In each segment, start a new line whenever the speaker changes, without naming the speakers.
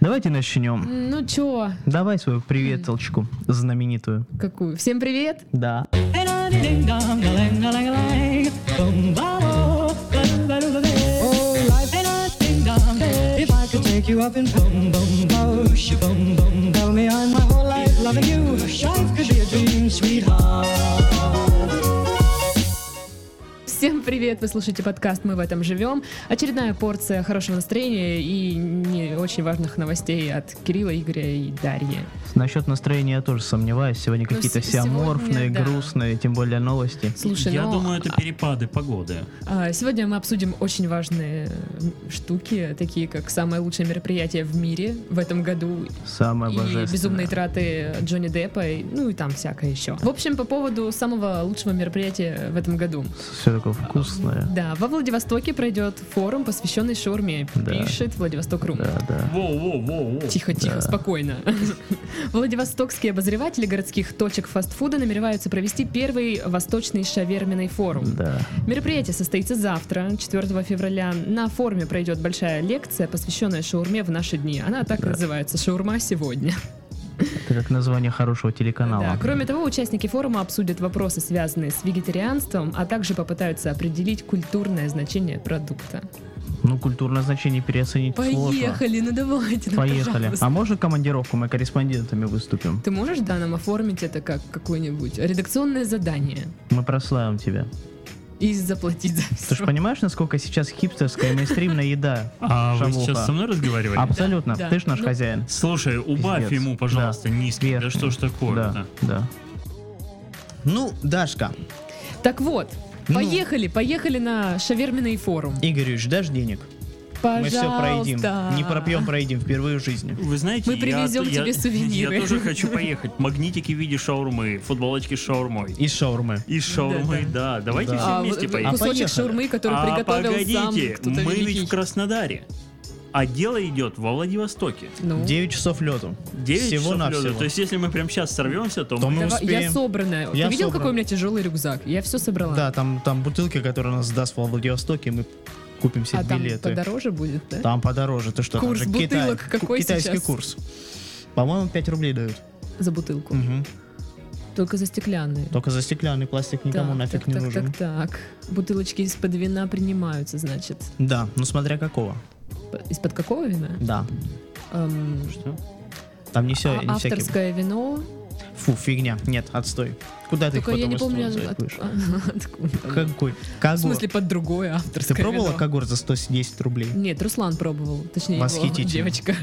Давайте начнем.
Ну чё,
Давай свою приветелочку знаменитую.
какую? Всем привет!
Да.
If I could take you up in boom boom boosh, boom boom, tell me I'm my whole life loving you. Life could be a dream, sweetheart.
Всем привет! Вы слушаете подкаст «Мы в этом живем». Очередная порция хорошего настроения и не очень важных новостей от Кирилла, Игоря и Дарьи.
Насчет настроения я тоже сомневаюсь. Сегодня
Ну,
какие-то
се- сегодня,
всеаморфные,
да.
грустные, тем более новости.
Слушай,
Я
ну,
думаю, это перепады погоды.
а, сегодня мы обсудим очень важные э, штуки, такие как самое лучшее мероприятие в мире в этом году
Самое
и
божественное.
безумные траты Джонни Деппа, и- ну и там всякое еще. В общем, по поводу самого лучшего мероприятия в этом году.
Все такое вкусное.
Да, во Владивостоке пройдет форум, посвященный шаурме,
Да.
пишет Владивосток.ру.
Да, да.
Воу-воу-воу-воу.
Тихо, тихо,
Да.
спокойно. Владивостокские обозреватели городских точек фастфуда намереваются провести первый восточный шаверменный форум.
Да.
Мероприятие состоится завтра, 4 февраля. На форуме пройдет большая лекция, посвященная шаурме в наши дни. Она так и
Да.
называется «Шаурма сегодня».
Это как название хорошего телеканала.
Да, кроме того, участники форума обсудят вопросы, связанные с вегетарианством, а также попытаются определить культурное значение продукта.
Ну, культурное значение переоценить сложно.
Поехали, ну давайте. ну,
Поехали.
пожалуйста.
А можно командировку? Мы корреспондентами выступим.
Ты можешь, да, нам оформить это как какое-нибудь редакционное задание
Мы прославим тебя.
и заплатить за
Ты же
все?
понимаешь, насколько сейчас хипстерская и мейнстримная еда?
А вы
Шавуха.
сейчас со мной разговаривали?
Абсолютно.
Да,
Ты ж наш
ну-
хозяин.
Слушай, убавь
Пиздец.
ему, пожалуйста, низкий. Да
верхний.
что ж
Да,
такое-то?
да. Ну, Дашка,
Так вот,
Ну.
поехали, поехали на шаверменный форум.
Игоревич, дашь денег?
Пожалуйста.
Мы все проедим. Не пропьем, проедим впервые в жизни.
Вы знаете,
Мы
я-
привезем
я,
тебе сувениры.
Я тоже хочу поехать. Магнитики в виде шаурмы, футболочки с шаурмой.
И шаурмы.
И шаурмы, да. Давайте
Да.
все
А,
вместе
в-
поедем.
кусочек
поехали.
шаурмы, который
А
приготовил сам
погодите,
кто-то
мы
великий.
ведь в Краснодаре. А дело идет во Владивостоке.
Ну,
9 часов лету.
9 часов
Всего-навсего.
лёда. То есть, если мы прям сейчас сорвемся, то,
То
мы...
мы
давай- я
успеем.
собранная.
Я
Ты видел, какой
собран.
у меня тяжелый рюкзак? Я все собрала.
Да, там, там бутылки, которые нас даст во Владивостоке, мы купим себе
а там
билеты.
подороже будет, да?
Там подороже. Ты что, там
Курс
же
бутылок
Китай.
какой
Китайский
сейчас?
курс. По-моему, 5 рублей дают.
За бутылку.
Мгм.
Только за стеклянные.
Только за стеклянный пластик никому
Так,
нафиг
так,
не
так,
нужен.
Так, так, Бутылочки из-под вина принимаются, значит.
Да, ну смотря какого.
П- Из-под какого вина?
Да.
Эм,
Что?
Там не все,
а- авторское вино.
Фу, фигня. Нет, отстой. Куда ты
Только
их
я не
потом
помню,
из труда
от-
будешь?
откуда.
Какой?
В смысле, под другое
Ты
авторское
пробовала
вино.
когор за 110 рублей?
Нет, Руслан пробовал. Точнее, его
Восхитительно.
девочка.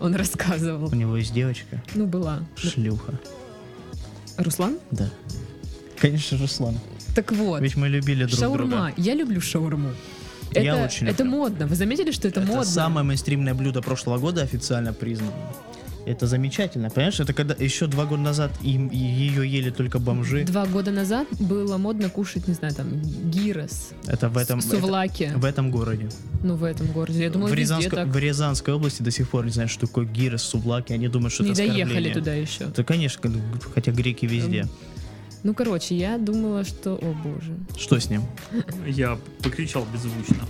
Он рассказывал.
У него есть девочка.
Ну, была.
Шлюха.
Руслан?
Да. Конечно, Руслан.
Так вот.
Ведь мы любили друг
Шаурма.
друга.
Я люблю шаурму.
Я
это,
очень
это
люблю.
модно. Вы заметили, что это,
Это
модно?
самое мейнстримное блюдо прошлого года официально признано. Это замечательно, понимаешь? Это когда еще два года назад им и- ее ели только бомжи.
Два года назад было модно кушать, не знаю, там, гирос,
Это в этом это
сувлаки.
в этом городе.
Ну, в этом городе. Я думаю,
в,
везде
Рязанской,
так.
в Рязанской области до сих пор не знают, что такое гирос, сублаки. Они думают, что
не
это
доехали
оскорбление.
туда еще.
Да, конечно, как- хотя греки везде.
Ну, короче, я думала, что... О, боже.
Что с ним?
Я покричал беззвучно.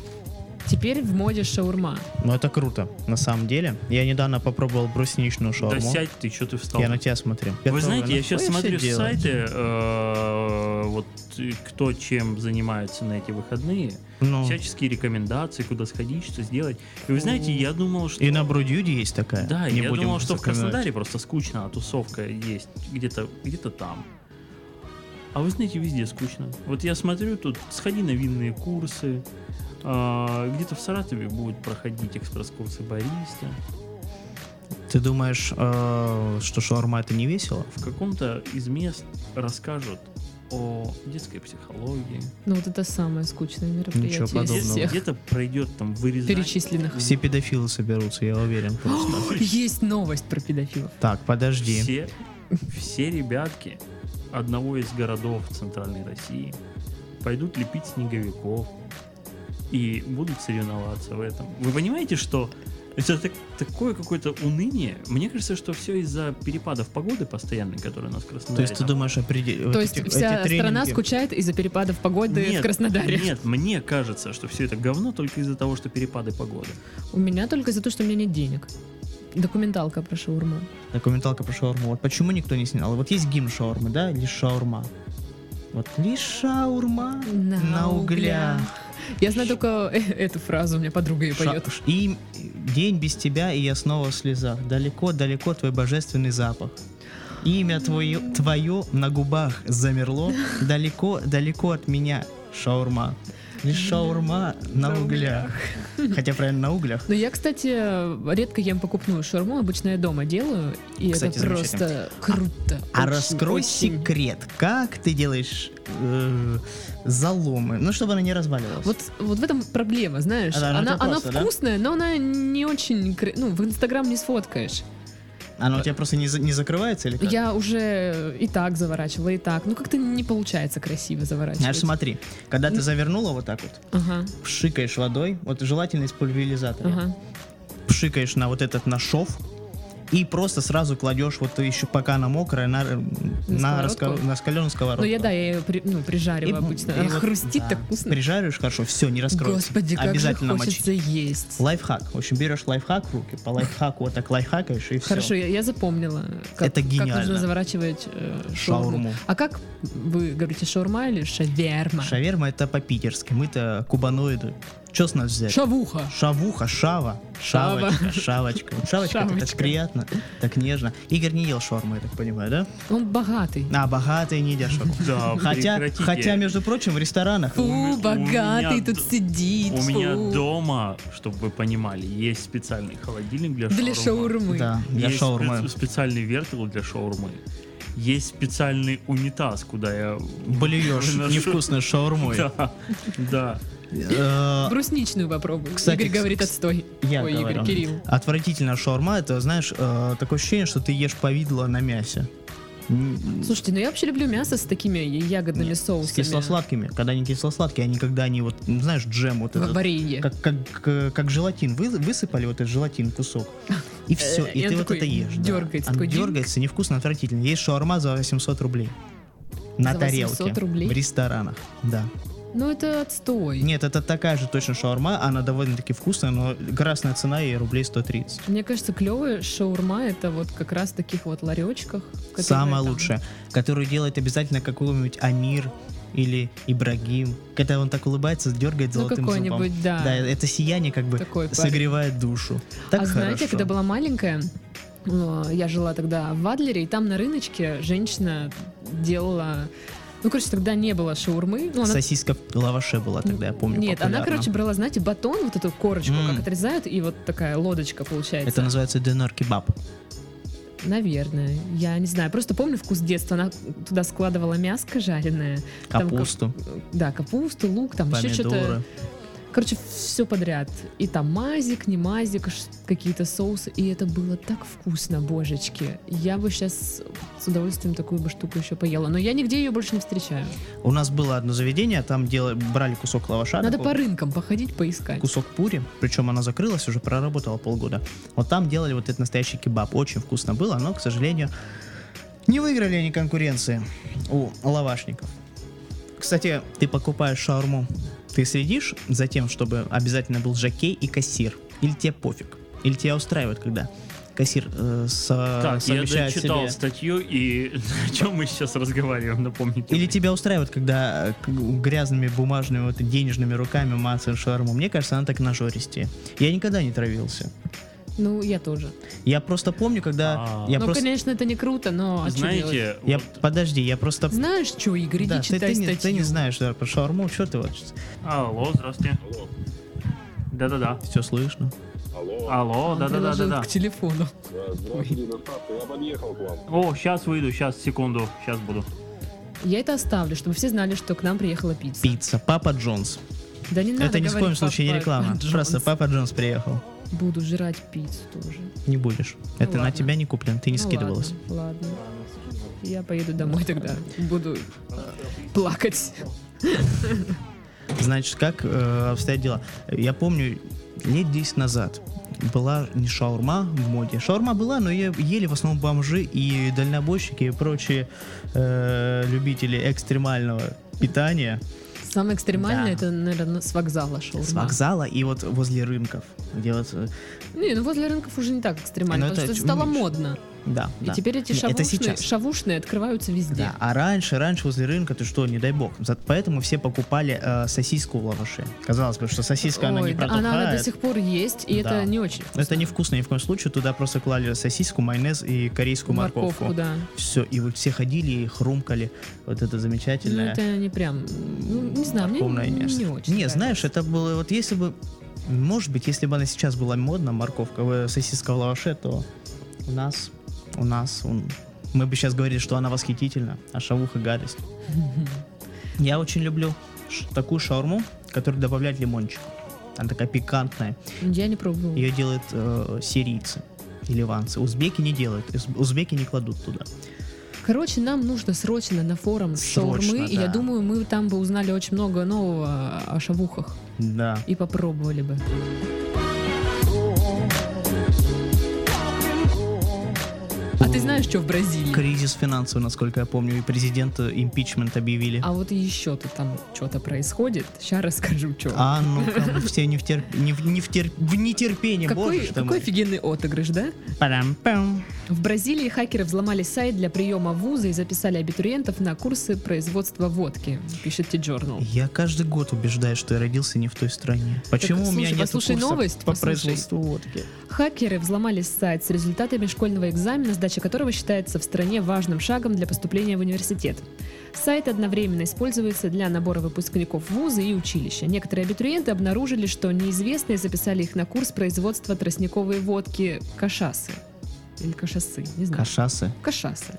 Теперь в моде шаурма.
Ну, это круто, на самом деле. Я недавно попробовал брусничную шаурму. ну
Да сядь ты, что ты встал?
Я на тебя смотрю. Ну,
Вы знаете, я сейчас смотрю
сайт.
сайты, э, вот э, кто чем занимается на эти выходные,
Ну,
всяческие рекомендации, куда сходить, что сделать. И вы знаете, я думал, что...
и на Брудюде есть такая.
Да,
не
я
будем
думал, что в
запоминать.
Краснодаре просто скучно, а тусовка есть где-то где там. А вы знаете, везде скучно. Вот я смотрю, тут сходи на винные курсы, а, где-то в Саратове будут проходить экспресс-курсы бариста,
Ты думаешь, э, что шаурма это не весело?
в каком-то из мест расскажут о детской психологии.
Ну, вот это самое скучное мероприятие
Ничего
из
подобного.
всех
Где-то пройдет там вырезание.
перечисленных.
Все педофилы соберутся, я уверен. просто.
Есть новость про педофилов.
Так, подожди.
Все, все ребятки одного из городов Центральной России пойдут лепить снеговиков и будут соревноваться в этом. Вы понимаете, что это так- такое какое-то уныние? Мне кажется, что все из-за перепадов погоды постоянных, которые у нас в
То
Краснодаре.
есть ты
там.
думаешь, определи...
То есть вся страна скучает из-за перепадов погоды в Краснодаре.
Нет, мне кажется, что все это говно только из-за того, что перепады погоды.
У меня только из-за то, что у меня нет денег. Документалка про шаурму.
Документалка про шаурму. Вот почему никто не снял? Вот есть гимн шаурмы, да? Лишь шаурма. Вот лишь шаурма на, углях.
Я знаю только э- эту фразу, у меня подруга ее
Ша-
поет.
И день без тебя, и я снова в слезах. Далеко-далеко твой божественный запах. Имя твое, твое на губах замерло. Далеко-далеко от меня. Шаурма. Лишь шаурма на
На
углях. Хотя, правильно, на углях.
Но я, кстати, редко ем покупную шаурму, обычно я дома делаю, и
Кстати,
это
замечательно.
просто круто.
А
Очень,
раскрой
очень.
секрет, как ты делаешь э, заломы, ну, чтобы она не разваливалась.
Вот, вот в этом проблема, знаешь.
Да, ну
она,
это
она
просто, да?
вкусная, но она не очень... кра- Ну, в Инстаграм не сфоткаешь.
Она у тебя просто не, за- не закрывается или как?
э, Я уже и так заворачивала, и так. Ну, как-то не получается красиво заворачивать.
Аж А смотри, когда ты завернула вот так вот,
Ага,
пшикаешь водой, вот желательно из пульверизатора,
ага.
пшикаешь на вот этот на шов и просто сразу кладешь вот еще пока она мокрая на, на,
сковородку?
раска- на скаленную сковородку.
Ну, я, да, я ее при- ну, прижариваю обычно.
и
Она
вот,
хрустит
да,
так вкусно.
Прижариваешь хорошо, все, не раскроется.
Господи, как же
Обязательно
хочется есть.
мочить. Лайфхак. В общем, берешь лайфхак в руки, по лайфхаку вот так лайфхакаешь и все.
Хорошо, я, я запомнила, как,
Это гениально.
как нужно заворачивать э, шаурму.
Шаурму.
А как вы говорите, шаурма или шаверма?
Шаверма это по-питерски, мы-то кубаноиды. Че с нас взять?
Шавуха.
Шавуха, шава.
Шава.
Шавочка, шавочка. Шавочка, это так
Шавочка.
приятно, так нежно. Игорь не ел шаурму, я так понимаю, да?
Он богатый.
А, богатые не едят шаурму.
Да,
Хотя,
прекратите.
хотя, между прочим, в ресторанах
Фу,
ме- у
богатый
меня
тут
д-
сидит.
У
фу.
меня дома, чтобы вы понимали, есть специальный холодильник для шаурмы.
Для шаурмы.
Да, для
есть
шаурмы.
спе- специальный вертел для шаурмы. Есть специальный унитаз, куда я...
Блюешь
выношу-
невкусной шаурмой.
Да, да.
Э,
Брусничную попробуй.
Кстати,
Игорь
кс-
говорит,
кс-
отстой.
Я
Ой,
говорю.
Игорь, Кирилл.
Отвратительная шаурма, это, знаешь, э, такое ощущение, что ты ешь повидло на мясе. М,
Слушайте, ну я вообще люблю мясо с такими ягодными
С
соусами.
кисло-сладкими. Когда они кисло-сладкие, они когда они вот, ну, знаешь, джем вот
В
этот.
варенье.
Как, как, э, как желатин. Вы, высыпали вот этот желатин кусок. И все, и
Э, и он
ты вот
такой
это ешь. да.
дёргается,
Оно
такой динг.
дергается, невкусно, отвратительно. Есть шаурма за 800 рублей. На
За
тарелке.
800 рублей?
В ресторанах, да.
Ну это отстой.
Нет, это такая же точно шаурма, она довольно-таки вкусная, но красная цена ей рублей 130.
Мне кажется, клевая шаурма это вот как раз в таких вот ларечках. которые
Самая
там-
лучшая, которую делает обязательно какой-нибудь Амир или Ибрагим. Когда он так улыбается, дергает
Ну,
золотым зубом.
какой-нибудь, да.
Да, это сияние как бы
Такой парень.
согревает душу. Так
а знаете,
хорошо.
когда была маленькая, э, я жила тогда в Адлере, и там на рыночке женщина делала. Ну, короче, тогда не было шаурмы. Ну, она-
Сосиска в лаваше была тогда, я помню.
Нет, она,
популярна.
короче, брала, знаете, батон, вот эту корочку,
М.
как отрезают, и вот такая лодочка получается.
Это называется динер кебаб.
Наверное, я не знаю. Просто помню вкус детства. Она туда складывала мяско жареное. там кап-
Капусту,
Да, капусту, лук, там еще что-то.
помидоры.
Короче, все подряд. И там мазик, не мазик, ш- какие-то соусы. И это было так вкусно, божечки. Я бы сейчас с удовольствием такую бы штуку еще поела. Но я нигде ее больше не встречаю.
У нас было одно заведение, там делали, брали кусок лаваша.
Надо
такого,
по рынкам походить, поискать.
кусок пури, причем она закрылась, уже проработала полгода. Вот там делали вот этот настоящий кебаб. Очень вкусно было, но, к сожалению, не выиграли они конкуренции у лавашников. Кстати, ты покупаешь шаурму, ты следишь за тем, чтобы обязательно был жокей и кассир? Или тебе пофиг? Или тебя устраивает, когда кассир э, со-
Так, я
совмещает
дочитал
себе-
статью, и о чем мы сейчас разговариваем, напомните.
Или
мне.
тебя устраивает, когда э, к- грязными бумажными вот денежными руками мацаешь шаурму? Мне кажется, она так нажористее. Я никогда не травился.
Ну, я тоже.
Я просто помню, когда
А.
я
ну,
просто,
конечно, это не круто, но а чё делать?
Знаете,
я
вот,
подожди, я просто
Знаешь, что, Игорь, иди
Да, ты,
читай
ты не, ты не
статью.
знаешь да, про шаурму, что ты вот
алло, здравствуйте. Да-да-да.
все слышно.
Алло,
Алло,
Он А, приложил
да-да-да-да.
к телефону.
да, здравствуйте, доставка, я подъехал к вам.
О, сейчас выйду, сейчас, секунду, сейчас буду.
Я это оставлю, чтобы все знали, что к нам приехала пицца.
Пицца, Папа Джонс.
Да не надо
Это ни в
говорить,
коем случае не
«Папа
реклама.
Джонс».
Просто Папа Джонс приехал.
Буду жрать пиццу тоже.
Не будешь. Это на
ладно.
тебя не куплено, ты не
Ну
скидывалась.
Ладно, ладно. Я поеду домой тогда. Буду э, плакать.
Значит, как э, обстоят дела? Я помню, лет 10 назад была не шаурма в моде. Шаурма была, но ее ели в основном бомжи и дальнобойщики и прочие э, любители экстремального питания.
Самое экстремальное,
Да.
это, наверное, с вокзала шел.
С вокзала и вот возле рынков. Где вот, э,
Не, ну возле рынков уже не так экстремально,
Но
потому
Ну, это
что это стало
меньше.
модно.
да, да.
И теперь эти
Не, это
шавушные,
сейчас.
шавушные открываются везде.
Да, а раньше, раньше возле рынка, ты что, не дай бог. За- Поэтому все покупали э, сосиску в лаваше. Казалось бы, что сосиска, она
Ой,
не
да,
протухает.
она, она до сих пор есть, и
Да. Ну,
это не очень.
Это невкусно ни в коем случае. Туда просто клали сосиску, майонез и корейскую морковку.
да.
Все, и вот все ходили и хрумкали. Вот это
Ну,
замечательное.
это не прям, ну, не знаю, мне
морковное
не,
нечто.
не очень.
Не,
нравится.
знаешь, это было... Вот если бы... Может быть, если бы она сейчас была модна, морковка, э, сосиска в лаваше, то у нас... У нас... у- мы бы сейчас говорили, что она восхитительна, а шавуха гадость. Я очень люблю ш- такую шаурму, которую добавляет лимончик. Она такая пикантная.
Я не пробовала.
Ее делают э, сирийцы и ливанцы. Узбеки не делают. Уз- Узбеки не кладут туда.
Короче, нам нужно срочно на форум
Срочно,
шаурмы, и я
да.
думаю, мы там бы узнали очень много нового о шавухах
Да.
и попробовали бы. А ты знаешь, что в Бразилии?
Кризис финансовый, насколько я помню, и президента импичмент объявили.
А вот еще то там что-то происходит. Сейчас расскажу, что.
А, ну там все не в, тер- не в, не в, тер- в нетерпении,
какой
боже ж ты
какой
мой.
офигенный отыгрыш, да?
Парам-пам.
В Бразилии хакеры взломали сайт для приема в вузы и записали абитуриентов на курсы производства водки, пишет T-Journal.
Я каждый год убеждаюсь, что я родился не в той стране. Почему у меня
слушай,
нет
послушай новость,
по
послушай.
производству водки?
Хакеры взломали сайт с результатами школьного экзамена, сдача которого считается в стране важным шагом для поступления в университет. Сайт одновременно используется для набора выпускников вуза и училища. Некоторые абитуриенты обнаружили, что неизвестные записали их на курс производства тростниковой водки кашасы. Или кашасы, не знаю.
Кашасы.
Кашасы.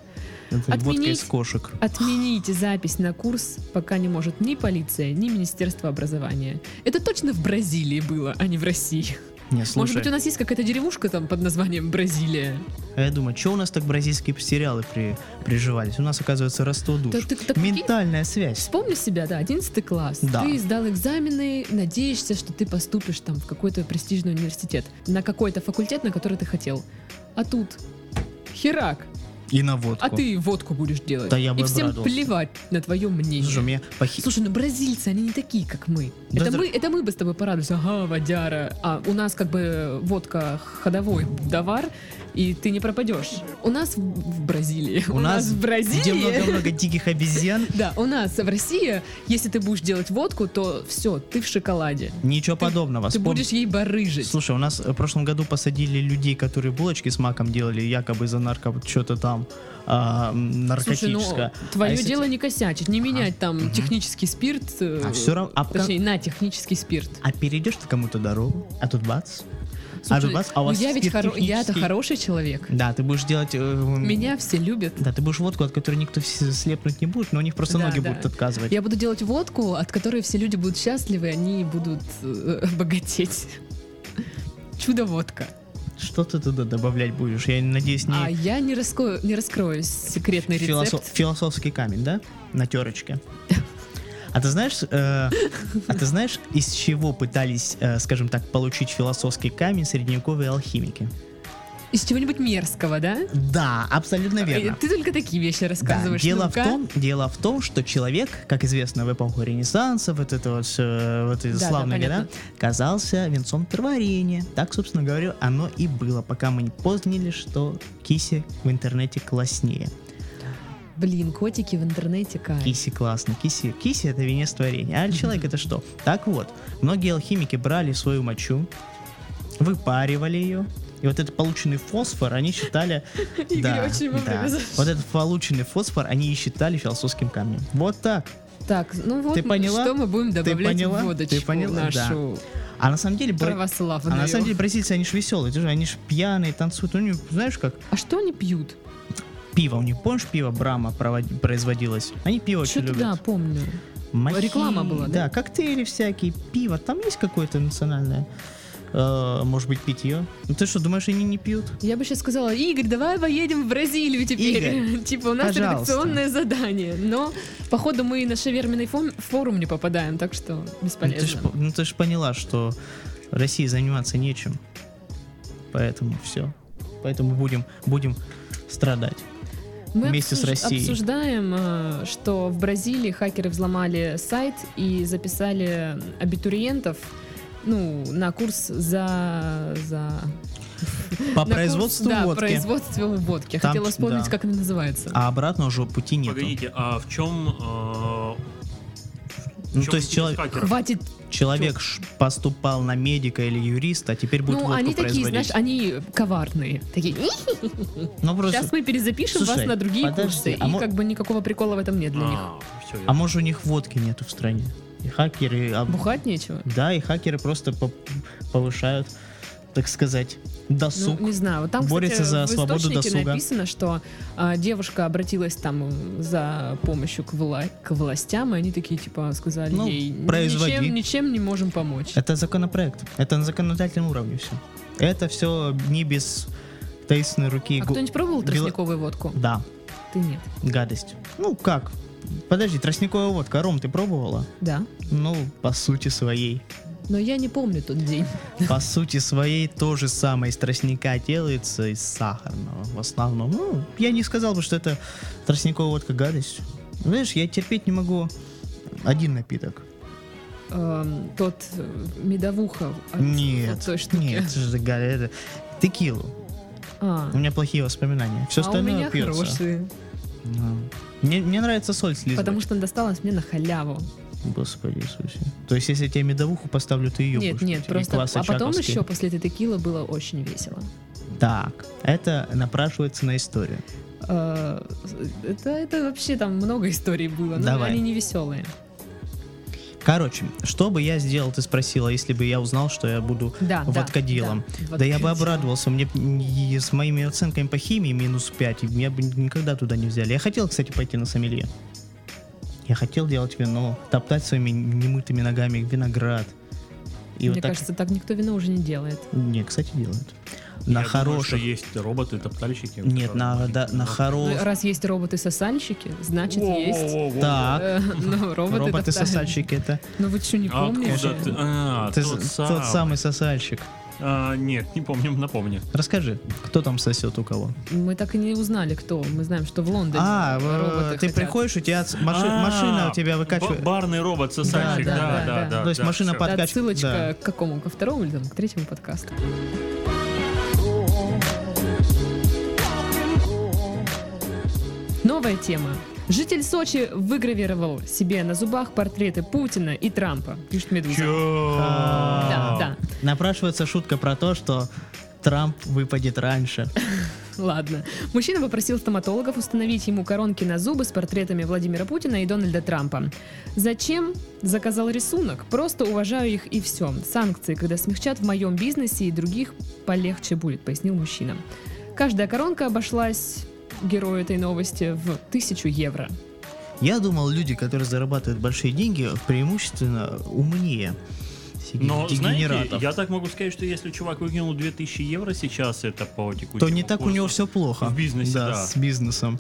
Это водка
Отменить.
из кошек.
Отмените запись на курс, пока не может ни полиция, ни Министерство образования. Это точно в Бразилии было, а не в России.
Не, слушай,
Может быть, у нас есть какая-то деревушка там под названием Бразилия?
а я думаю, что у нас так бразильские сериалы при... приживались? У нас, оказывается, растут душ.
Да ты так прикинь,
Ментальная связь.
Вспомни себя, да, 11 класс.
Да.
Ты сдал экзамены, надеешься, что ты поступишь там в какой-то престижный университет, на какой-то факультет, на который ты хотел. А тут херак,
И на водку.
а ты водку будешь делать.
Да я бы
И всем
обрадовался.
плевать на твое мнение.
Слушай, меня похи-
Слушай, ну бразильцы, они не такие, как мы.
Да
это,
зра-
мы это мы бы с тобой порадовались. Ага, водяра. А у нас как бы водка ходовой товар, и ты не пропадешь. У нас в, в Бразилии.
У нас
в Бразилии.
Где много-много диких обезьян,
Да, у нас в России, если ты будешь делать водку, то все, ты в шоколаде.
ничего подобного.
Ты
Вспом-
будешь ей барыжить.
Слушай, у нас э, в прошлом году посадили людей, которые булочки с маком делали, якобы за нарко что-то там а, м,
Слушай, ну
наркотическое.
твое
А если-
дело не косячить, не менять там
Мгм.
технический спирт. э,
А всё равно- а как-
точнее, на технический спирт.
А перейдешь ты кому-то дорогу, а тут бац. а
Слушай,
тут бац, а у
ну
вас
я ведь
спирт
хоро- я-то
технический.
хороший человек.
Да, ты будешь делать... э, м,
Меня все любят.
Да, ты будешь водку, от которой никто с- слепнуть не будет, но у них просто
Да,
ноги
да.
будут отказывать.
Я буду делать водку, от которой все люди будут счастливы, они будут э, богатеть. Чудо-водка.
Что ты туда добавлять будешь? Я надеюсь, не
А я не, раско- не раскрою секретный
филосо-
рецепт.
философский камень, да? На терочке. А ты знаешь, э, а ты знаешь, из чего пытались, э, скажем так, получить философский камень средневековые алхимики?
Из чего-нибудь мерзкого, да?
Да, абсолютно
Э,
верно.
Ты только такие вещи
Да,
рассказываешь.
дело, в
ну-ка.
том, дело в том, что человек, как известно в эпоху Ренессанса, вот это вот, всё, вот эти
Да, да,
славные года,
понятно.
казался венцом траварения. Так, собственно говоря, оно и было, пока мы не поняли, что киси в интернете класснее.
Блин, котики в интернете кайф.
Киси классно. Киси, киси это венец творения. А человек это что? Так вот, многие алхимики брали свою мочу, выпаривали ее, и вот этот полученный фосфор они считали...
Игорь очень вовремя зашел.
Вот этот полученный фосфор они и считали философским камнем. Вот так.
Так, ну вот
Ты поняла?
что мы будем добавлять
поняла?
в водочку
Ты поняла?
нашу
А на самом деле... бра-
православную.
А на самом деле бразильцы, они же веселые, ты же, они же пьяные, танцуют. Ну, не- знаешь, как
А что они пьют?
пиво у них, помнишь, пиво Брама провод- производилось? Они пиво очень
Что-то
любят.
да, помню.
Мохи,
Реклама была, да?
Да, коктейли всякие, пиво. Там есть какое-то национальное, э, может быть, питье? Ну ты что, думаешь, они не пьют?
Я бы сейчас сказала, Игорь, давай поедем в Бразилию теперь. типа у нас
пожалуйста.
редакционное задание. Но, походу, мы на шаверменный фон- форум не попадаем, так что
Ну ты, ж,
бесполезно.
по- ну ты ж поняла, что России заниматься нечем. Поэтому все. Поэтому будем, будем страдать.
Мы
вместе с
обсуж-
Россией.
обсуждаем, э, что в Бразилии хакеры взломали сайт и записали абитуриентов ну, на курс за... за...
По
на курс,
производству
да,
А водки.
производству водки.
Там,
Хотела вспомнить,
да.
как она называется.
А обратно уже пути нету.
Погодите, а в чем... э, в
Ну,
чем
то есть
интерес
человек-
хакеров?
Хватит.
Человек ш- поступал на медика или юриста, а теперь будет
ну,
водку
они такие,
производить.
знаешь, они коварные. Такие, «Их,
Ну, просто-
сейчас мы перезапишем вас
Слушай,
на другие
подожди,
курсы.
а
и
мо-
как бы никакого прикола в этом нет для них.
А, всё, я-
А может у них водки нету в стране? И хакеры... а,
Бухать нечего.
Да, и хакеры просто по- повышают, так сказать, досуг.
Ну, не знаю, вот там,
Борется
кстати,
за
в
свободу
источнике
досуга.
написано, что а, девушка обратилась там м, за помощью к, вла- к властям, и они такие, типа, сказали
Ну,
ей, «Ну,
производи».
ничем, ничем не можем помочь.
Это законопроект. Это на законодательном уровне все. Это все не без таинственной руки.
А
го-
кто-нибудь пробовал
Бела-
тростниковую водку?
Да,
Ты нет.
гадость. Ну как? Подожди, тростниковая водка, Ром, ты пробовала?
Да.
Ну, по сути своей.
Но я не помню тот день.
По сути своей то же самое из тростника делается из сахарного в основном. Ну, я не сказал бы, что это тростниковая водка гадость. Знаешь, я терпеть не могу один напиток.
Эм, тот э, медовуха от,
нет,
от той штуки.
нет, это же га- это- текилу.
А,
У меня плохие воспоминания. Все
а у
остальное
меня
пьется.
хорошие.
Ну, Мне, мне нравится соль слизывать.
Потому что досталось мне на халяву.
Господи Иисусе. То есть, если я тебе медовуху поставлю, ты ее
нет,
будешь
нет,
пить, или
просто.
квас
А потом
очаковский?
еще после этой текилы было очень весело.
Так, это напрашивается на историю.
Э, Это, это вообще там много историй было, но
Давай.
они не веселые.
Короче, что бы я сделал, ты спросила, если бы я узнал, что я буду
Да, да,
водкоделом.
да,
Да, я
водкоделом.
бы обрадовался. Мне б н- и с моими оценками по химии минус 5, и меня бы никогда туда не взяли. Я хотел, кстати, пойти на сомелье. Я хотел делать вино, топтать своими немытыми ногами виноград. И
Мне
вот так...
кажется, так никто вино уже не делает.
Не, кстати, делают.
Я
на
думаю,
хороших...
что есть роботы-топтальщики.
Нет, на, да, на
Ну,
хороших...
раз есть роботы-сосальщики, значит есть.
А
Так.
э, Ну, роботы
Роботы-сосальщики это...
Ну вы что, не
Откуда А, ты?
помните?
А,
Ты
тот,
з-
самый.
тот самый сосальщик.
А, нет, не помню, напомню.
Расскажи, кто там сосет у кого?
Мы так и не узнали, кто. Мы знаем, что в Лондоне
А, в-
ну, роботы
ты
хотят.
приходишь, у тебя ц- маши-
А,
машина у тебя выкачивает.
ба- Барный робот-сосальщик,
Да,
да,
да, да,
да, да.
да.
да,
То есть
да,
машина
всё.
под-
Это
подкач-
отсылочка
да.
к какому? Ко второму или там, к третьему подкасту? Новая тема. Житель Сочи выгравировал себе на зубах портреты Путина и Трампа, пишет Медуза.
Чё?
Да, да.
Напрашивается шутка про то, что Трамп выпадет раньше.
Ладно. Мужчина попросил стоматологов установить ему коронки на зубы с портретами Владимира Путина и Дональда Трампа. Зачем? Заказал рисунок. Просто уважаю их и все. Санкции, когда смягчат в моем бизнесе и других, полегче будет, пояснил мужчина. Каждая коронка обошлась герою этой новости в тысячу евро.
Я думал, люди, которые зарабатывают большие деньги, преимущественно умнее. всяких
Но, знаете,
дегенератов.
я так могу сказать, что если чувак выкинул 2000 евро сейчас, это по текущему
То не так у
курсу.
него все плохо.
В бизнесе, да.
с бизнесом.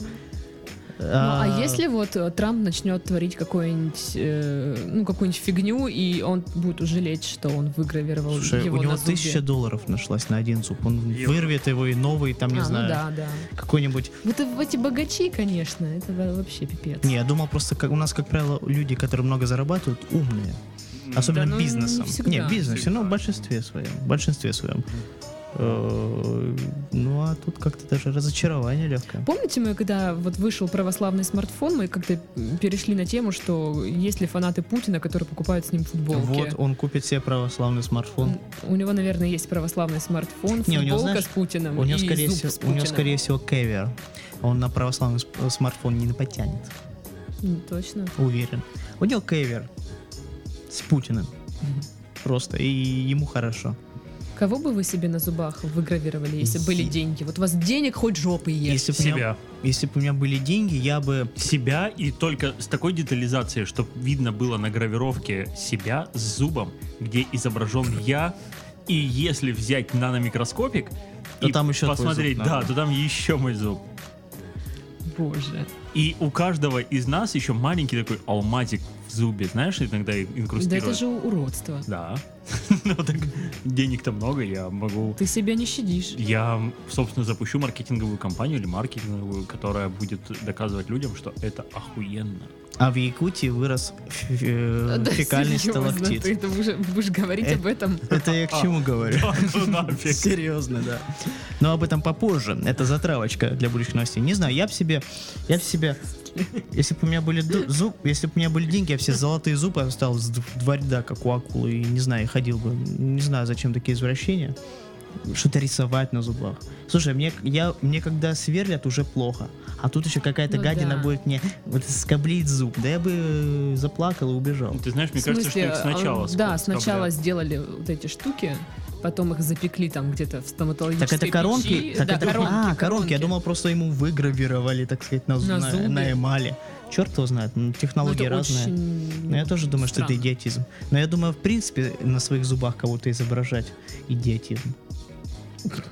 Ну, а если вот э, Трамп начнет творить какую-нибудь, э, ну, какую-нибудь фигню, и он будет жалеть, что он выгравировал
Слушай,
его
у него
на зубе?
тысяча долларов нашлась на один зуб. Он
Евро.
вырвет его и новый, там, не
А, ну
знаю,
да, да.
какой-нибудь
Вот и эти богачи, конечно, это во- вообще пипец.
Не, я думал просто, как у нас, как правило, люди, которые много зарабатывают, умные. Особенно
Да, ну, не
бизнесом.
всегда.
в бизнесе,
Всегда.
ну, в большинстве своем. В большинстве своем. Э, Ну, а тут как-то даже разочарование легкое.
Помните, мы когда вот вышел православный смартфон, мы как-то перешли на тему, что есть ли фанаты Путина, которые покупают с ним футболки.
Вот, он купит себе православный смартфон.
М, У него, наверное, есть православный смартфон,
Не, у него,
футболка
знаешь,
с Путиным
У него,
и
скорее
зуб
всего,
с
у него,
Путиным.
скорее всего, кевер. А Он на православный сп- э, смартфон не потянет,
М, Точно.
уверен. У него кевер с Путиным. Просто, и ему хорошо.
Кого бы вы себе на зубах выгравировали, если были
Е-
деньги? Вот у вас денег хоть жопы есть.
Если бы, у меня,
Себя.
если бы у меня были деньги, я бы
Себя и только с такой детализацией, чтобы видно было на гравировке себя с зубом, где изображен я, и если взять наномикроскопик,
То
и
там еще твой зуб
посмотреть, да,
надо.
то там еще мой зуб.
Боже.
И у каждого из нас еще маленький такой алмазик в зубе, знаешь, иногда
Да
инкрустирует.
это же уродство.
Да. Ну, так денег-то много, я могу...
Ты себя не щадишь.
Я, собственно, запущу маркетинговую компанию или маркетинговую, которая будет доказывать людям, что это охуенно.
А в Якутии вырос ф- ф- э,
Да,
фекальный
серьезно, Ты А.
сталактит.
это уже будешь говорить
Э,
об этом.
Это я к чему говорю?
Да ну нафиг.
Серьезно, да. Но об этом попозже. Это затравочка для будущих новостей. Не знаю, я бы себе, я бы себе, если бы у меня были ду- зуб, если бы у меня были деньги, я бы все золотые зубы оставил с д- в два ряда, как у акулы, и не знаю, и ходил бы. Не знаю, зачем такие извращения. Что-то рисовать на зубах. Слушай, мне, я, мне когда сверлят, уже плохо. А тут еще какая-то
Ну
гадина
да.
будет мне вот скоблить зуб. Да я бы э, заплакал и убежал.
Ну, Ты знаешь, мне
Типа, В
кажется, что
смысле,
их сначала...
а, Да,
скоб-
сначала
скоблят.
сделали вот эти штуки, потом их запекли там где-то в
Так
стоматологической
это коронки?
печи.
так
Да,
это-
коронки,
а, коронки. Я думал, просто ему выгравировали, так сказать, на, зу-
На
на,
зубе.
на эмали. Черт его знает, ну,
Ну,
технологии
это
разные.
очень
Но я тоже думаю, что это
странно.
идиотизм. Но я думаю, в принципе, на своих зубах кого-то изображать идиотизм.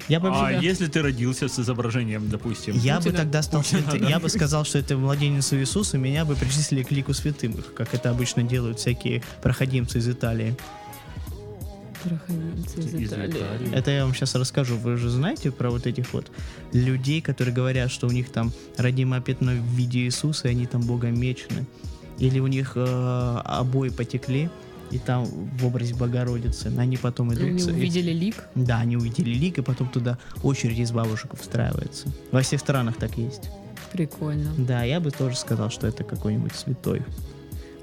Я бы,
А
вообще-
если ты родился с изображением, допустим?
я бы
А, Путина.
тогда стал святым. Я бы сказал, что это младенец Иисус, и меня бы причислили к лику святых, как это обычно делают всякие проходимцы из Италии.
Проходимцы из
Из
Италии.
Италии.
Это я вам сейчас расскажу. Вы же знаете про вот этих вот людей, которые говорят, что у них там родимое пятно в виде Иисуса, и они там богомечны. Или у них э, обои потекли, и там в образе Богородицы. Они потом идут...
Они
и-
увидели лик.
Да, они увидели лик, и потом туда очередь из бабушек встраивается. Во всех странах так есть.
Прикольно.
Да, я бы тоже сказал, что это какой-нибудь святой.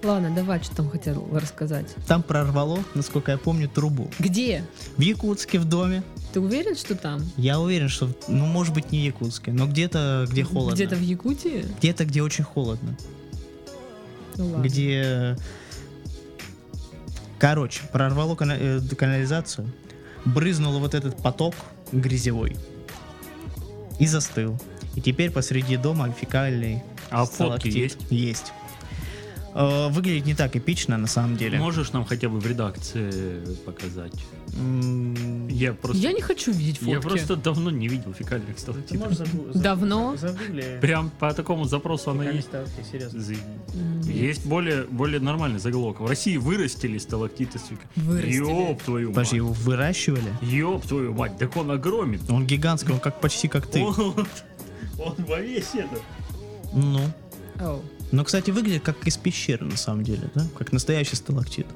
Ладно, давай, что там хотел рассказать.
Там прорвало, насколько я помню, трубу.
Где?
В Якутске в доме.
Ты уверен, что там?
Я уверен, что, в- ну, может быть, не Якутске, но где-то, где холодно.
Где-то в Якутии?
Где-то, где очень холодно.
Ну ладно.
Где... Короче, прорвало кана- э, канализацию, брызнул вот этот поток грязевой и застыл. И теперь посреди дома фекальный
А фотки
сталактит.
есть?
Есть. Э, Выглядит не так эпично, на самом деле.
Можешь нам хотя бы в редакции показать?
М,
Я просто...
Я не Ну, хочу видеть фотки.
Я просто давно не видел фекальных сталактитов.
Давно?
Прям по такому запросу она есть. Заебись. Есть более, более нормальный заголовок. В России вырастили сталактиты, сука.
Вырастили.
Ёб твою мать.
Подожди, его выращивали?
Ёб твою мать, так он огромен.
Он гигантский, он как почти как ты.
Он, он во весь это.
Ну.
Ау.
Но, кстати, выглядит как из пещеры, на самом деле, да? Как настоящий сталактит.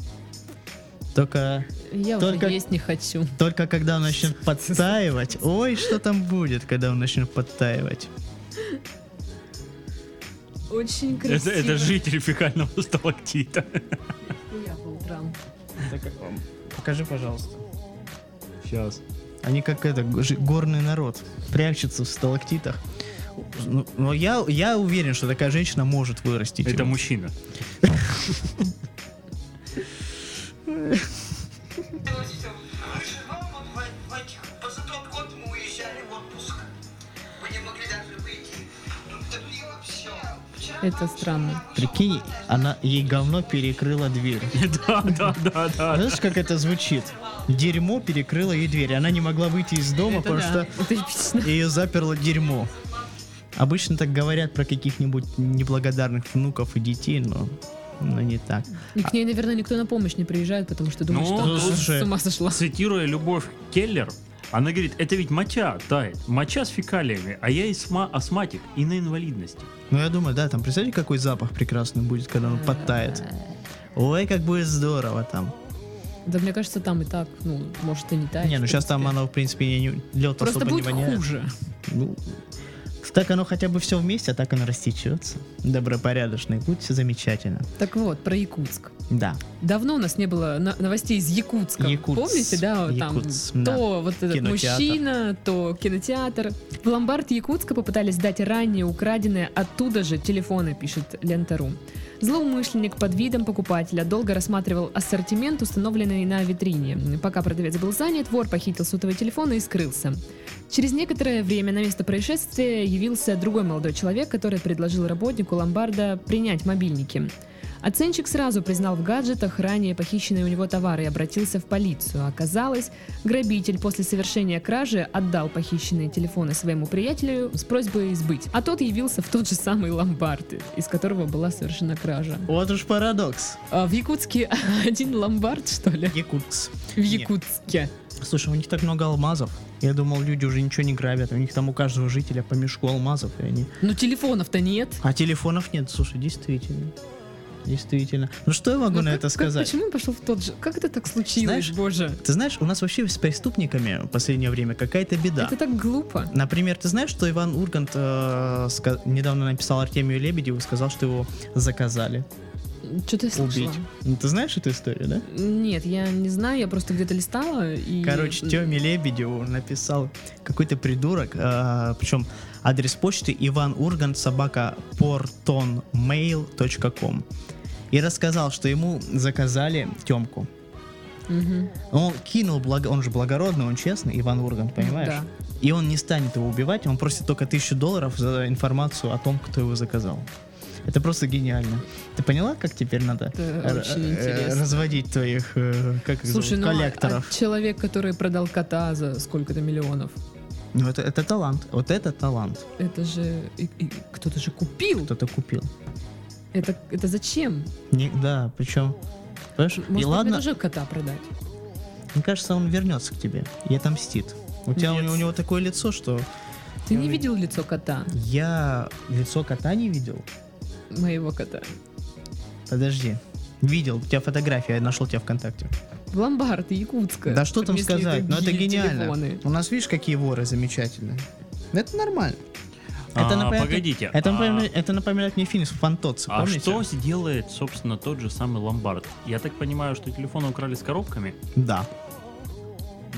Только,
Я
Только-
уже есть не хочу.
только когда он начнет подтаивать... Ой, что там будет, когда он начнет подтаивать?
Очень
это.
красиво.
Это житель фекального сталактита.
Я по утрам.
Покажи, пожалуйста.
Сейчас.
Они как это, г- жи- горный народ, прячутся в сталактитах. Ну, Но я, я уверен, что такая женщина может вырастить.
Это
его.
мужчина.
делать все. Мы с женой вот в, в этих, позатот год мы уезжали в отпуск. Мы не могли даже выйти. Тут давило все. Вчера
Это странно.
Прикинь, она ей говно перекрыла дверь.
Да, да, да, да.
Знаешь, как это звучит? Дерьмо перекрыло ей дверь. Она не могла выйти из дома,
Это
потому
да.
что
Это эпично.
Ее заперло дерьмо. Обычно так говорят про каких-нибудь неблагодарных внуков и детей, но, но не так.
И к ней, наверное, никто на помощь не приезжает, потому что думает,
Ну,
что она
слушай.
с ума сошла.
Цитируя Любовь Келлер, она говорит, это ведь моча тает. Моча с фекалиями, а я исма- астматик и на инвалидности.
Ну, я думаю, да, там, представляете, какой запах прекрасный будет, когда он подтает. Ой, как будет здорово там.
Да мне кажется, там и так, ну, может, и не так.
Не, ну сейчас там оно, в принципе, не, не- лед
Просто
особо
будет
не воняет.
хуже.
Ну, так оно хотя бы все вместе, а так оно растечется. Добропорядочный путь, все замечательно.
Так вот, про Якутск.
Да.
Давно у нас не было на- новостей из Якутска.
Якутск.
Помните, да, вот там
Якутск, да.
то вот этот
Кинотеатр.
мужчина, то кинотеатр. В ломбард Якутска попытались сдать ранее украденные оттуда же телефоны, пишет Лента.ру. Злоумышленник под видом покупателя долго рассматривал ассортимент, установленный на витрине. Пока продавец был занят, вор похитил сотовый телефон и скрылся. Через некоторое время на место происшествия явился другой молодой человек, который предложил работнику ломбарда принять мобильники. Оценщик сразу признал в гаджетах ранее похищенные у него товары и обратился в полицию. Оказалось, грабитель после совершения кражи отдал похищенные телефоны своему приятелю с просьбой сбыть. А тот явился в тот же самый ломбард, из которого была совершена кража.
Вот уж парадокс.
А в Якутске один ломбард, что ли?
Якутс.
В Якутске.
Слушай, у них так много алмазов. Я думал, люди уже ничего не грабят. У них там у каждого жителя по мешку алмазов, и они...
Но Ну, телефонов-то нет.
А телефонов нет, слушай, действительно. Действительно. Ну что я могу
Ну,
на
как-
это
как-
сказать?
Почему он пошел в тот же? Как это так случилось,
Знаешь,
боже?
Ты знаешь, у нас вообще с преступниками в последнее время какая-то беда.
Это так глупо.
Например, ты знаешь, что Иван Ургант э, ска- недавно написал Артемию Лебедеву и сказал, что его заказали
Что-то я слышала.
убить. Ну, ты знаешь эту историю, да?
Нет, я не знаю, я просто где-то листала и...
Короче, Теме Лебедеву написал какой-то придурок, причем адрес почты Иван Ургант собака portonmail.com и рассказал, что ему заказали Темку.
Мгм.
Он кинул, благо... он же благородный, он честный, Иван Ургант, понимаешь?
Да.
И он не станет его убивать, он просит только тысячу долларов за информацию о том, кто его заказал. Это просто гениально. Ты поняла, как теперь надо
Это
р-
очень
э,
интересно.
разводить твоих, э, как их
Слушай,
зовут,
ну а-
коллекторов?
а человек, который продал кота за сколько-то миллионов,
Ну, это, это талант. Вот это талант.
это же... и- и Кто-то же купил!
Кто-то купил.
Это, это зачем?
Не- да, причем. Понимаешь?
Может,
и
быть,
ладно,
мне тоже кота продать?
мне кажется, он вернется к тебе и отомстит. У тебя у,
Нет.
него- у него такое лицо, что
Ты не
Ой.
видел лицо кота?
я лицо кота не видел.
Моего кота.
Подожди. Видел, у тебя фотография, я нашел тебя ВКонтакте.
В ломбард Якутска.
Да что там
принесли
сказать? Ну это
другие
гениально.
телефоны.
У нас видишь, какие воры замечательные. Это нормально.
А,
напоминает-
погодите,
Это,
а-
напоминает, это напоминает мне фильм с Фантоцци,
А
помните?
что сделает, собственно, тот же самый ломбард? Я так понимаю, что телефоны украли с коробками?
Да.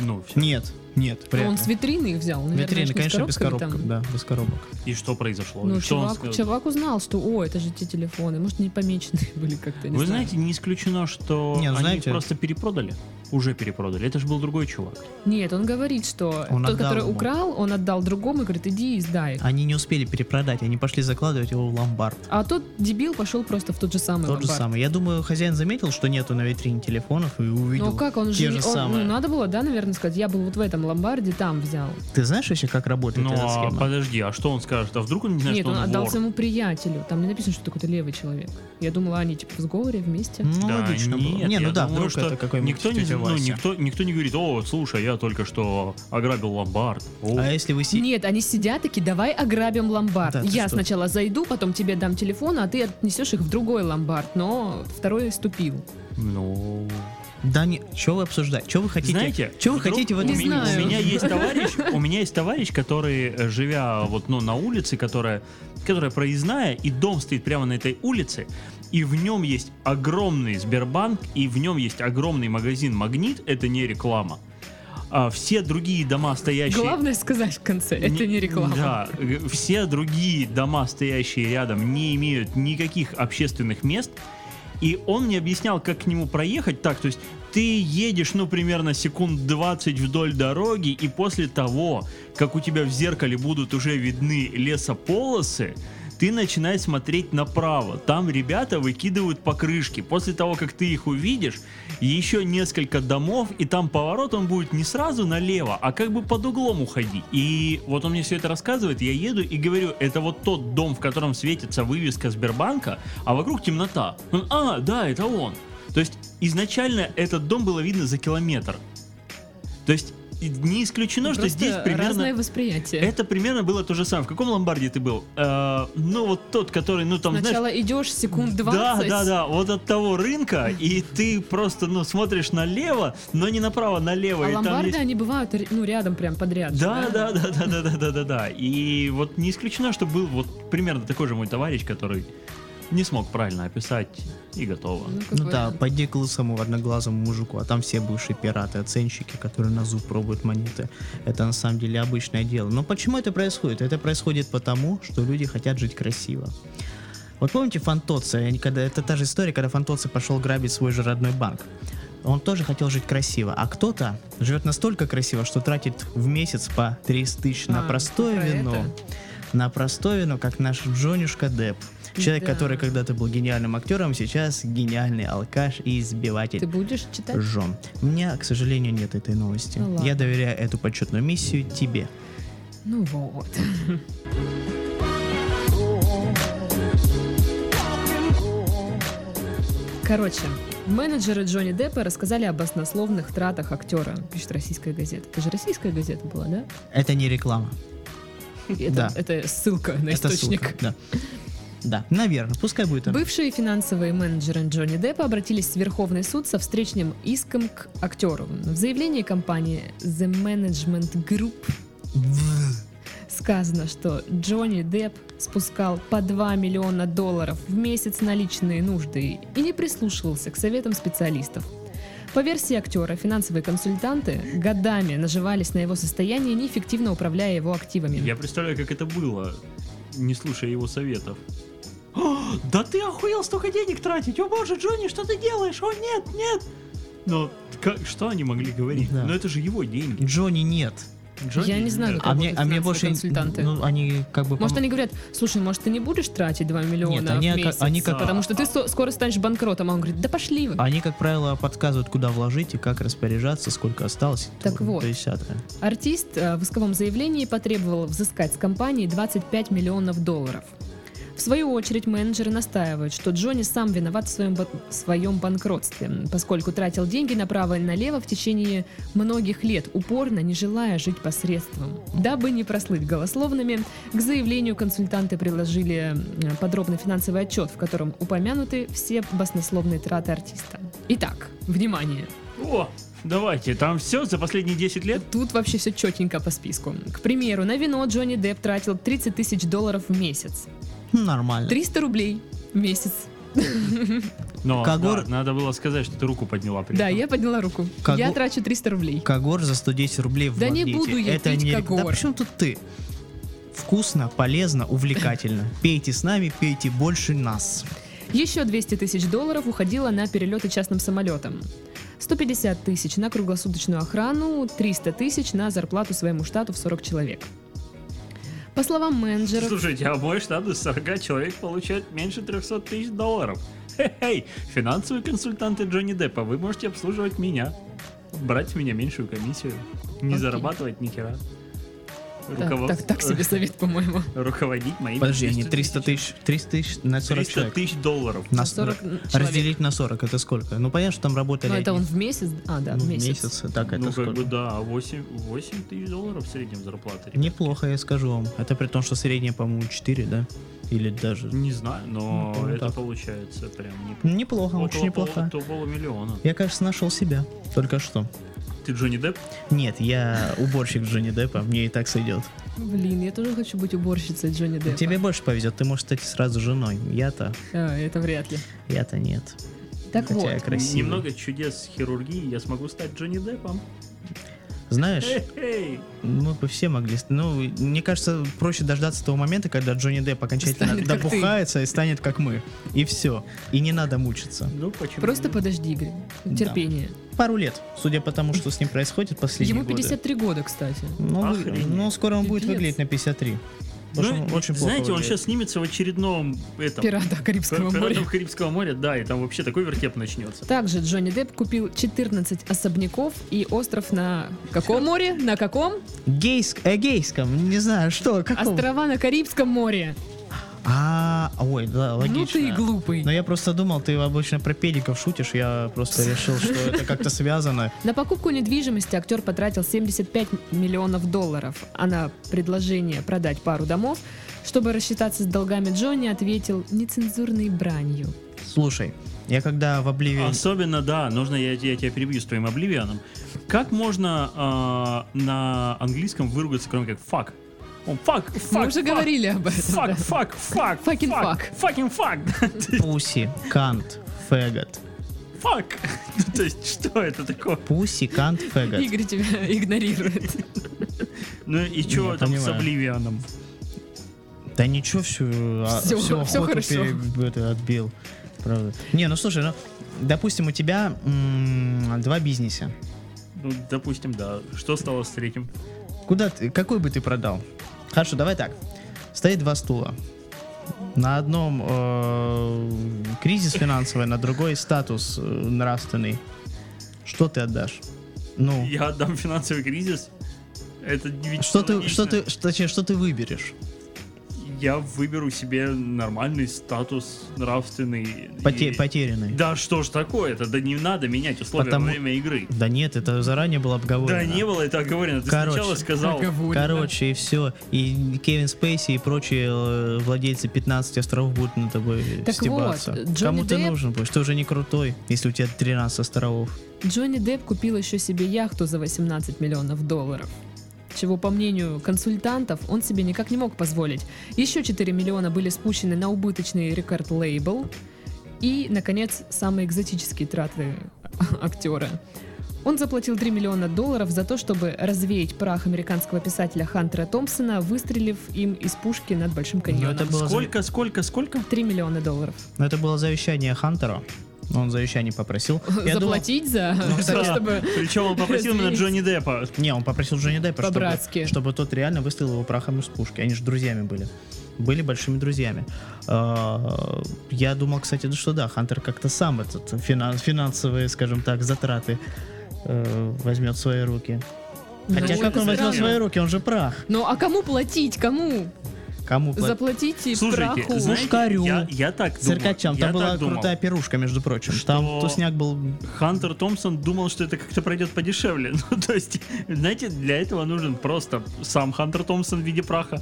Ну, все.
Нет, нет,
А
вряд
Он
ли.
с витрины их взял. Наверное,
Витрины,
ж не с
конечно, без
коробками
коробок.
там.
Да, без коробок.
И что произошло?
Ну,
что он
чувак,
сказал?
чувак узнал, что, о, это же те телефоны, может, не помеченные были как-то, не
Вы
знаю.
знаете, не исключено, что
Не, ну,
они
знаете-
просто перепродали. Уже перепродали. Это же был другой чувак.
Нет, он говорит, что
Он
тот,
отдал
который
ему. А-
украл, он отдал другому и говорит, иди и сдай их.
Они не успели перепродать, они пошли закладывать его в ломбард.
А тот дебил пошел просто в тот же самый
Тот же
ломбард.
самый. Я думаю, хозяин заметил, что нету на витрине телефонов и увидел.
Ну как, он
те
же,
же
не- он-
самые.
ну, надо было, да, наверное, сказать, я был вот в этом ломбарде, там взял.
Ты знаешь вообще, как работает
Ну,
эта
а
схема?
подожди, а что он скажет? А вдруг он не знает,
Нет,
что
он,
он,
отдал
вор?
своему приятелю. Там не написано, что ты какой-то левый человек. Я думала, они типа в сговоре вместе.
Ну,
Да,
логично
нет,
было. Не,
я
ну да,
думаю,
вдруг
что
это какой-нибудь
никто не,
тетя
ну,
Вася.
никто, никто не говорит, о, слушай, я только что ограбил ломбард. О,
А если вы си...
Нет, они сидят такие, давай ограбим ломбард.
Да, ты
Я
что?
сначала зайду, потом тебе дам телефон, а ты отнесешь их в другой ломбард. Но второй ступил.
Ну...
Да не... Что вы обсуждаете? Что вы хотите?
Знаете,
Что вы
вдруг
хотите в
у
этом
Не
меня,
знаю.
у меня есть товарищ, у меня есть товарищ, который, э, живя вот, ну, на улице, которая, которая проездная, и дом стоит прямо на этой улице, и в нем есть огромный Сбербанк, и в нем есть огромный магазин Магнит, это не реклама. А все другие дома, стоящие...
Главное сказать в конце,
Ни-
это не реклама.
Да, г- все другие дома, стоящие рядом, не имеют никаких общественных мест. И он мне объяснял, как к нему проехать. Так, то есть ты едешь, ну, примерно секунд 20 вдоль дороги, и после того, как у тебя в зеркале будут уже видны лесополосы, ты начинаешь смотреть направо. Там ребята выкидывают покрышки. После того, как ты их увидишь, еще несколько домов, и там поворот он будет не сразу налево, а как бы под углом уходить. И вот он мне все это рассказывает, я еду и говорю, это вот тот дом, в котором светится вывеска Сбербанка, а вокруг темнота. Он, а, да, это он. То есть изначально этот дом было видно за километр. То есть и не исключено, что
Просто
здесь примерно...
разное восприятие.
Это примерно было то же самое. В каком ломбарде ты был? Э, ну, вот тот, который, ну, там, знаешь...
Сначала идешь секунд 20.
Да, да, да, вот от того рынка, и ты просто, ну, смотришь налево, но не направо,
А
налево. и там
ломбарды,
есть-
они бывают р- ну, рядом прям подряд. же,
Да, да, да, да, да, да, да, да, да. И вот не исключено, что был вот примерно такой же мой товарищ, который не смог правильно описать, и готово.
Ну, как
Ну да,
вариант.
пойди к лысому одноглазому мужику, а там все бывшие пираты, оценщики, которые на зуб пробуют монеты. Это на самом деле обычное дело. Но почему это происходит? Это происходит потому, что люди хотят жить красиво. Вот помните Фантоци? Они когда- Это та же история, когда Фантоци пошел грабить свой же родной банк. Он тоже хотел жить красиво, а кто-то живет настолько красиво, что тратит в месяц по 30 тысяч
А,
на
ты
простое
про
вино,
это?
на простовину, как наш Джонюшка Депп. Человек,
Да.
который когда-то был гениальным актером, сейчас гениальный алкаш и избиватель.
Ты будешь читать?
Жен. У меня, к сожалению, нет этой новости.
Ну ладно.
Я доверяю эту почетную миссию тебе.
Ну вот. Короче, менеджеры Джонни Деппа рассказали об баснословных тратах актера, пишет российская газета. Это же российская газета была, да?
Это не реклама.
Это,
Да.
это ссылка на
Это
источник.
ссылка. Да. Да, наверное, пускай будет. она.
Бывшие финансовые менеджеры Джонни Деппа обратились в Верховный суд со встречным иском к актеру. В заявлении компании The Management Group сказано, что Джонни Депп спускал по 2 миллиона долларов в месяц на личные нужды и не прислушивался к советам специалистов. По версии актера, финансовые консультанты годами наживались на его состоянии, неэффективно управляя его активами.
Я представляю, как это было, не слушая его советов. «О, да ты охуел столько денег тратить! О боже, Джонни, что ты делаешь? О нет, нет! Но как, что они могли говорить?
Да.
Но это же его деньги.
Джонни нет.
Джонни
Я не знаю,
нет.
Ну, как
А мне, а мне
финансовые
больше...
консультанты.
Ну, они как бы...
Может,
пом-
они говорят, слушай, может, ты не будешь тратить 2 миллиона
Нет, они
в
ока-
месяц,
они как-
потому что ты сто- скоро станешь банкротом. А он говорит, да пошли вы.
Они, как правило, подсказывают, куда вложить и как распоряжаться, сколько осталось. и
Так
то-
вот.
то есть всякое.
Артист э, в исковом заявлении потребовал взыскать с компании 25 миллионов долларов. В свою очередь менеджеры настаивают, что Джонни сам виноват в своем, ба- в своем банкротстве, поскольку тратил деньги направо и налево в течение многих лет, упорно не желая жить по средствам. Дабы не прослыть голословными, к заявлению консультанты приложили э, подробный финансовый отчет, в котором упомянуты все баснословные траты артиста. Итак, внимание!
О, давайте, там все за последние 10 лет?
Тут вообще все четенько по списку. К примеру, на вино Джонни Депп тратил 30 тысяч долларов в месяц.
Ну, Нормально.
300 рублей в месяц.
Но
Когор-
да, надо было сказать, что ты руку подняла. при
Да,
этом.
я подняла руку.
Как
Я
у-
трачу 300 рублей.
Когор за 110 рублей в
Да не
Магните.
буду я
Это
пить
не...
Когор.
Да причем тут ты? Вкусно, полезно, увлекательно. Пейте с нами, пейте больше нас.
Еще 200 тысяч долларов уходило на перелеты частным самолетом. 150 тысяч на круглосуточную охрану, 300 тысяч на зарплату своему штату в 40 человек. По словам менеджеров,
Слушайте, а мой штат из 40 человек получает меньше 300 тысяч долларов. Хе-хей, финансовые консультанты Джонни Деппа, вы можете обслуживать меня, брать с меня меньшую комиссию, не
Окей.
зарабатывать ни хера.
так, так- так себе совет, по-моему.
Руководить моими...
Подожди, они 300 тысяч, 300 тысяч на 40
300
человек.
тысяч долларов.
На
На 40 человек.
Разделить на 40, это сколько? Ну, понятно, что там работали...
Но ну, это
одни.
он в месяц? А, да,
Ну,
в
в
месяц.
месяц. Так, это
ну, как
сколько?
бы, да, 8, 8 тысяч долларов в среднем зарплата. ребят.
Неплохо, я скажу вам. Это при том, что средняя, по-моему, 4, да? Или даже...
Не знаю, но
Ну, по-моему,
это
так.
получается прям неплохо.
Неплохо, очень неплохо.
Около полумиллиона.
Я, кажется, нашел себя. Только что.
Ты Джонни Депп?
Нет, я уборщик Джонни Деппа, мне и так сойдет.
Блин, я тоже хочу быть уборщицей Джонни Деппа.
Ну, Тебе больше повезет, ты можешь стать сразу женой. Я-то,
А, это вряд ли.
я-то нет.
Так
Хотя
вот,
я красивый.
Немного чудес хирургии, я смогу стать Джонни Деппом. Э.
Знаешь,
Эй,
мы бы все могли... ст- Ну, мне кажется, проще дождаться того момента, когда Джонни Депп окончательно
Станет как ты.
добухается и станет как мы. И все. И не надо мучиться.
Ну почему?
просто
нет?
подожди, Игорь.
Да.
Терпение.
Пару лет, судя по тому, что с ним происходит последние
Ему
годы.
53 года, кстати.
Ну, вы-
Охренеть.
ну, скоро он будет
Пипец.
выглядеть на 53.
Ну,
Очень, очень плохо
знаете, он
выглядит.
сейчас снимется в очередном этом
Пирата Карибского
пиратом
моря.
Карибского моря, да, и там вообще такой вертеп начнется.
Также Джонни Депп купил 14 особняков и остров на каком море? На каком?
Гейск, э, гейском, не знаю, что, каком?
Острова на Карибском море.
А, ой, да, логично.
Ну ты и глупый.
Но я просто думал, ты обычно про педиков шутишь, я просто решил, что это как-то связано.
На покупку недвижимости актер потратил 75 миллионов долларов, а на предложение продать пару домов, чтобы рассчитаться с долгами Джонни, ответил нецензурной бранью.
Слушай, я когда в
А,
Обливии...
Особенно, да, нужно, я, я тебя перебью с твоим обливианом. Как можно а, на английском выругаться, кроме как фак? Он фак, фак,
Мы уже
fuck,
говорили об этом. да.
Фак, фак, фак,
Fucking
фак, fucking fuck.
Пуси, кант, фэгот.
Фак. Ну, То есть, что это такое?
Пуси, кант, фэгот.
Игорь тебя игнорирует.
Ну и что
Я
там с
понимаю.
обливианом?
Да ничего, а, все, все,
Всё, всё хорошо.
отбил. Правда. Не, ну слушай, ну, допустим, у тебя м, два бизнеса.
Ну, допустим, да. Что стало с третьим?
Куда ты, какой бы ты продал? Хорошо, давай так. Стоит два стула. На одном э, кризис финансовый, на другой статус э, нравственный. Что ты отдашь? Ну,
Я отдам финансовый кризис. Это ведь
что ты,
логично.
что ты, что- точнее, что ты выберешь?
Я выберу себе нормальный статус нравственный.
Поте-
И-
потерянный.
Да что ж такое? Это да не надо менять условия
Потому-
во время игры.
Да нет, это заранее было обговорено.
Да не было это оговорено. Ты
Короче.
сначала сказал.
Оговорено.
Короче, и все. И Кевин Спейси и прочие э, владельцы 15 островов будут на тобой
Так
стебаться.
вот, Джонни
Кому ты
Депп-
нужен будешь? Ты уже не крутой, если у тебя 13 островов.
Джонни Депп купил еще себе яхту за 18 миллионов долларов чего, по мнению консультантов, он себе никак не мог позволить. Еще 4 миллиона были спущены на убыточный рекорд-лейбл. И, наконец, самые экзотические траты актера. Он заплатил 3 миллиона долларов за то, чтобы развеять прах американского писателя Хантера Томпсона, выстрелив им из пушки над Большим каньоном.
Ну, это было за-
Сколько, сколько, сколько?
3 миллиона долларов.
Но это было завещание Хантера. Он завещание попросил. Я думал- Ну
Заплатить за...
кстати,
то, чтобы...
Причем он попросил именно Джонни Деппа.
Не, он попросил Джонни Деппа,
По-братски.
чтобы, чтобы тот реально выстрелил его прахом из пушки. Они же друзьями были. Были большими друзьями. Э, Я думал, кстати, да что да, Хантер как-то сам этот финан- финансовые, скажем так, затраты э, возьмет в свои руки. Хотя
Ну,
как
это
он возьмет в
странно.
свои руки, он же прах.
Ну а кому платить? Кому?
Кому платить?
Заплатите
Слушайте,
праху.
знаете,
Пушкарю.
я, я так думал.
Циркачам.
я
Там была
так думал.
крутая пирушка, между прочим. Там
Что-
тусняк был...
Хантер Томпсон думал, что это как-то пройдет подешевле. Ну, то есть, знаете, для этого нужен просто сам Хантер Томпсон в виде праха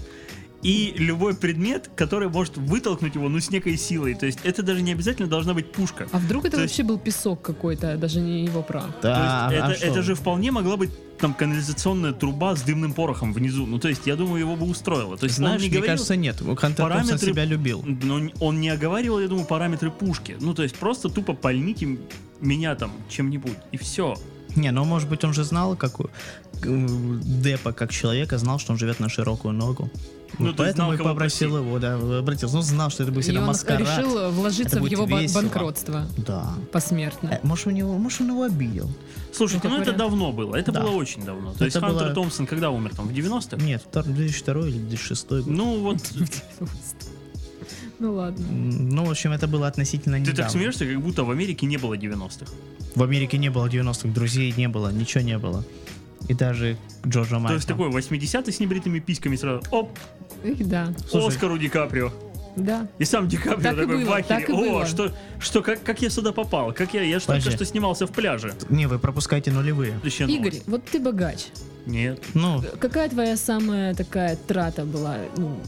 и любой предмет, который может вытолкнуть его, ну, с некой силой. То есть, это даже не обязательно должна быть пушка.
А вдруг это
То есть-
вообще был песок какой-то, даже не его прах?
Да,
То есть
а
это,
что?
это же вполне могла быть там канализационная труба с дымным порохом внизу. Ну, то есть, я думаю, его бы устроило. То есть, он
Знаешь,
не
мне
говорил-
кажется, нет. Хантер Томпсон
параметры-
себя любил.
Но он- он не оговаривал, я думаю, параметры пушки. Ну, то есть, просто тупо пальните м- меня там чем-нибудь, и все.
Не, ну может быть он же знал, как у- м, Деппа как человека знал, что он живет на широкую ногу.
Ну,
Вот
то
поэтому
есть знал,
и
кого
попросил его, да, обратился. Он знал, что это будет
И
всегда
он
маскарад.
решил
Это
вложиться в
будет
его ба-
весело.
банкротство
Да.
посмертно.
Э, Может, у него, может, он его обидел?
Слушайте,
Ну,
ну,
как
это
вариант.
давно было. Это
Да.
было очень давно. То
Это
есть Хантер
было-
Томпсон когда умер? Там в 90-х?
Нет, втор- 2002 или 2006 год.
Ну вот,
Э.
Ну ладно.
М, Ну, в общем, это было относительно
ты
недавно.
так смеешься, как будто в Америке не было 90-х.
В Америке не было 90-х, друзей не было, ничего не было. И даже Джорджа Майкла.
То есть такой 80-й с небритыми письками сразу, оп,
Их да.
Слушай.
Оскару Ди Каприо.
Да.
И сам Ди Каприо
Так и
такой
было,
в ахере.
так и
О,
было».
что, что, как, как я сюда попал? Как я, я же
Подожди.
только что снимался в пляже.
Не, вы пропускаете нулевые.
Следующая
Игорь,
новость.
вот ты богач.
Нет.
Ну,
Какая твоя самая такая трата была? ну,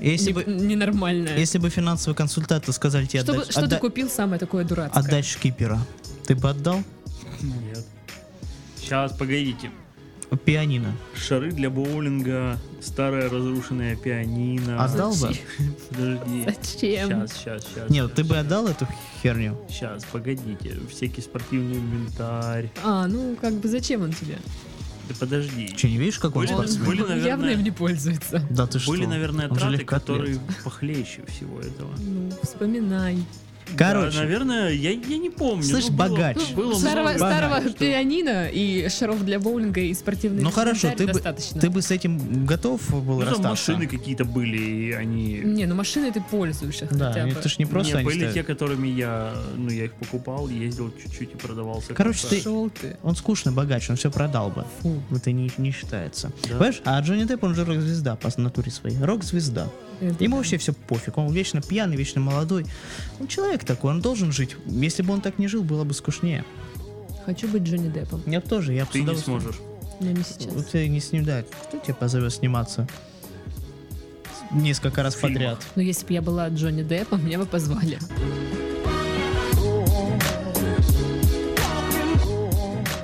если
не-
бы,
Ненормальная.
если бы финансовые консультанты сказали тебе
Что бы-
отдать,
Что ты
отда-
купил самое такое дурацкое?
отдать шкипера, ты бы отдал?
Нет. Сейчас, погодите.
Пианино.
Шары для боулинга, старая разрушенная
А
пианино.
Отдал бы?
Подожди.
Зачем?
Сейчас, сейчас, сейчас.
ну
Нет, ты бы отдал эту херню?
Сейчас, погодите. Всякий спортивный инвентарь.
А, ну как бы зачем он тебе?
Да подожди.
Че, не видишь, какой он
Блин,
Он
спортсмен?
были,
явно
наверное-
им не пользуется.
Да ты что?
Были, наверное,
Он же
траты,
легкоатлет.
которые похлеще всего этого.
Ну, вспоминай.
Короче,
Да, наверное, я, я не помню.
Слышь,
ну, было-
богач.
ну, Было,
старого
много.
старого
Что-
пианино и шаров для боулинга и спортивных
ну хорошо, ты бы,
достаточно.
ты бы с этим готов был
Ну, там
расстаться?
машины какие-то были, и они...
Не, ну машины ты пользуешься
Да,
хотя
и
бы.
ты ж не просто
Не,
они
были
ставят.
те, которыми я... Ну, я их покупал, ездил чуть-чуть и продавался.
Короче, ты-
Шел ты.
Он скучный богач, он все продал бы. Фу, это не, не считается. Понимаешь? А Джонни Депп, он же рок-звезда по натуре своей. Рок-звезда.
Это
Ему
да.
вообще все пофиг. Он вечно пьяный, вечно молодой. Он человек такой, он должен жить. Если бы он так не жил, было бы скучнее.
Хочу быть Джонни Деппом,
Я бы тоже, я бы с
Ты не
удовольствием-
сможешь.
но не сейчас.
Вот тебе не сним, да. Кто тебя позовет сниматься? Несколько раз
В фильмах.
подряд.
Но Ну, если бы я была Джонни Деппом, меня бы позвали.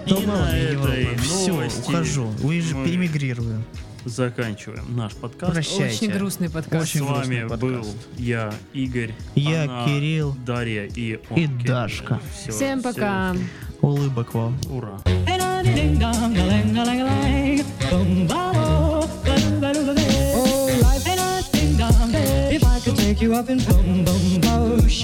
И
Да ладно,
на этой
Европа,
новости
Все, ухожу, уезжу,
мы
перемигрирую.
Заканчиваем наш подкаст.
Прощайте.
Очень грустный подкаст.
Очень
С вами
грустный
был
подкаст.
я, Игорь,
Я,
она,
Кирилл.
Дарья и он,
И
Кирилл.
Дашка.
Всё,
Всем
всё.
пока.
Улыбок вам.
Ура.
Ding dong, a ling a ling a ling, boom ba bo, ba doo ba doo ba ding. Oh, life ain't a ding dong. If I could take you up in boom boom bo,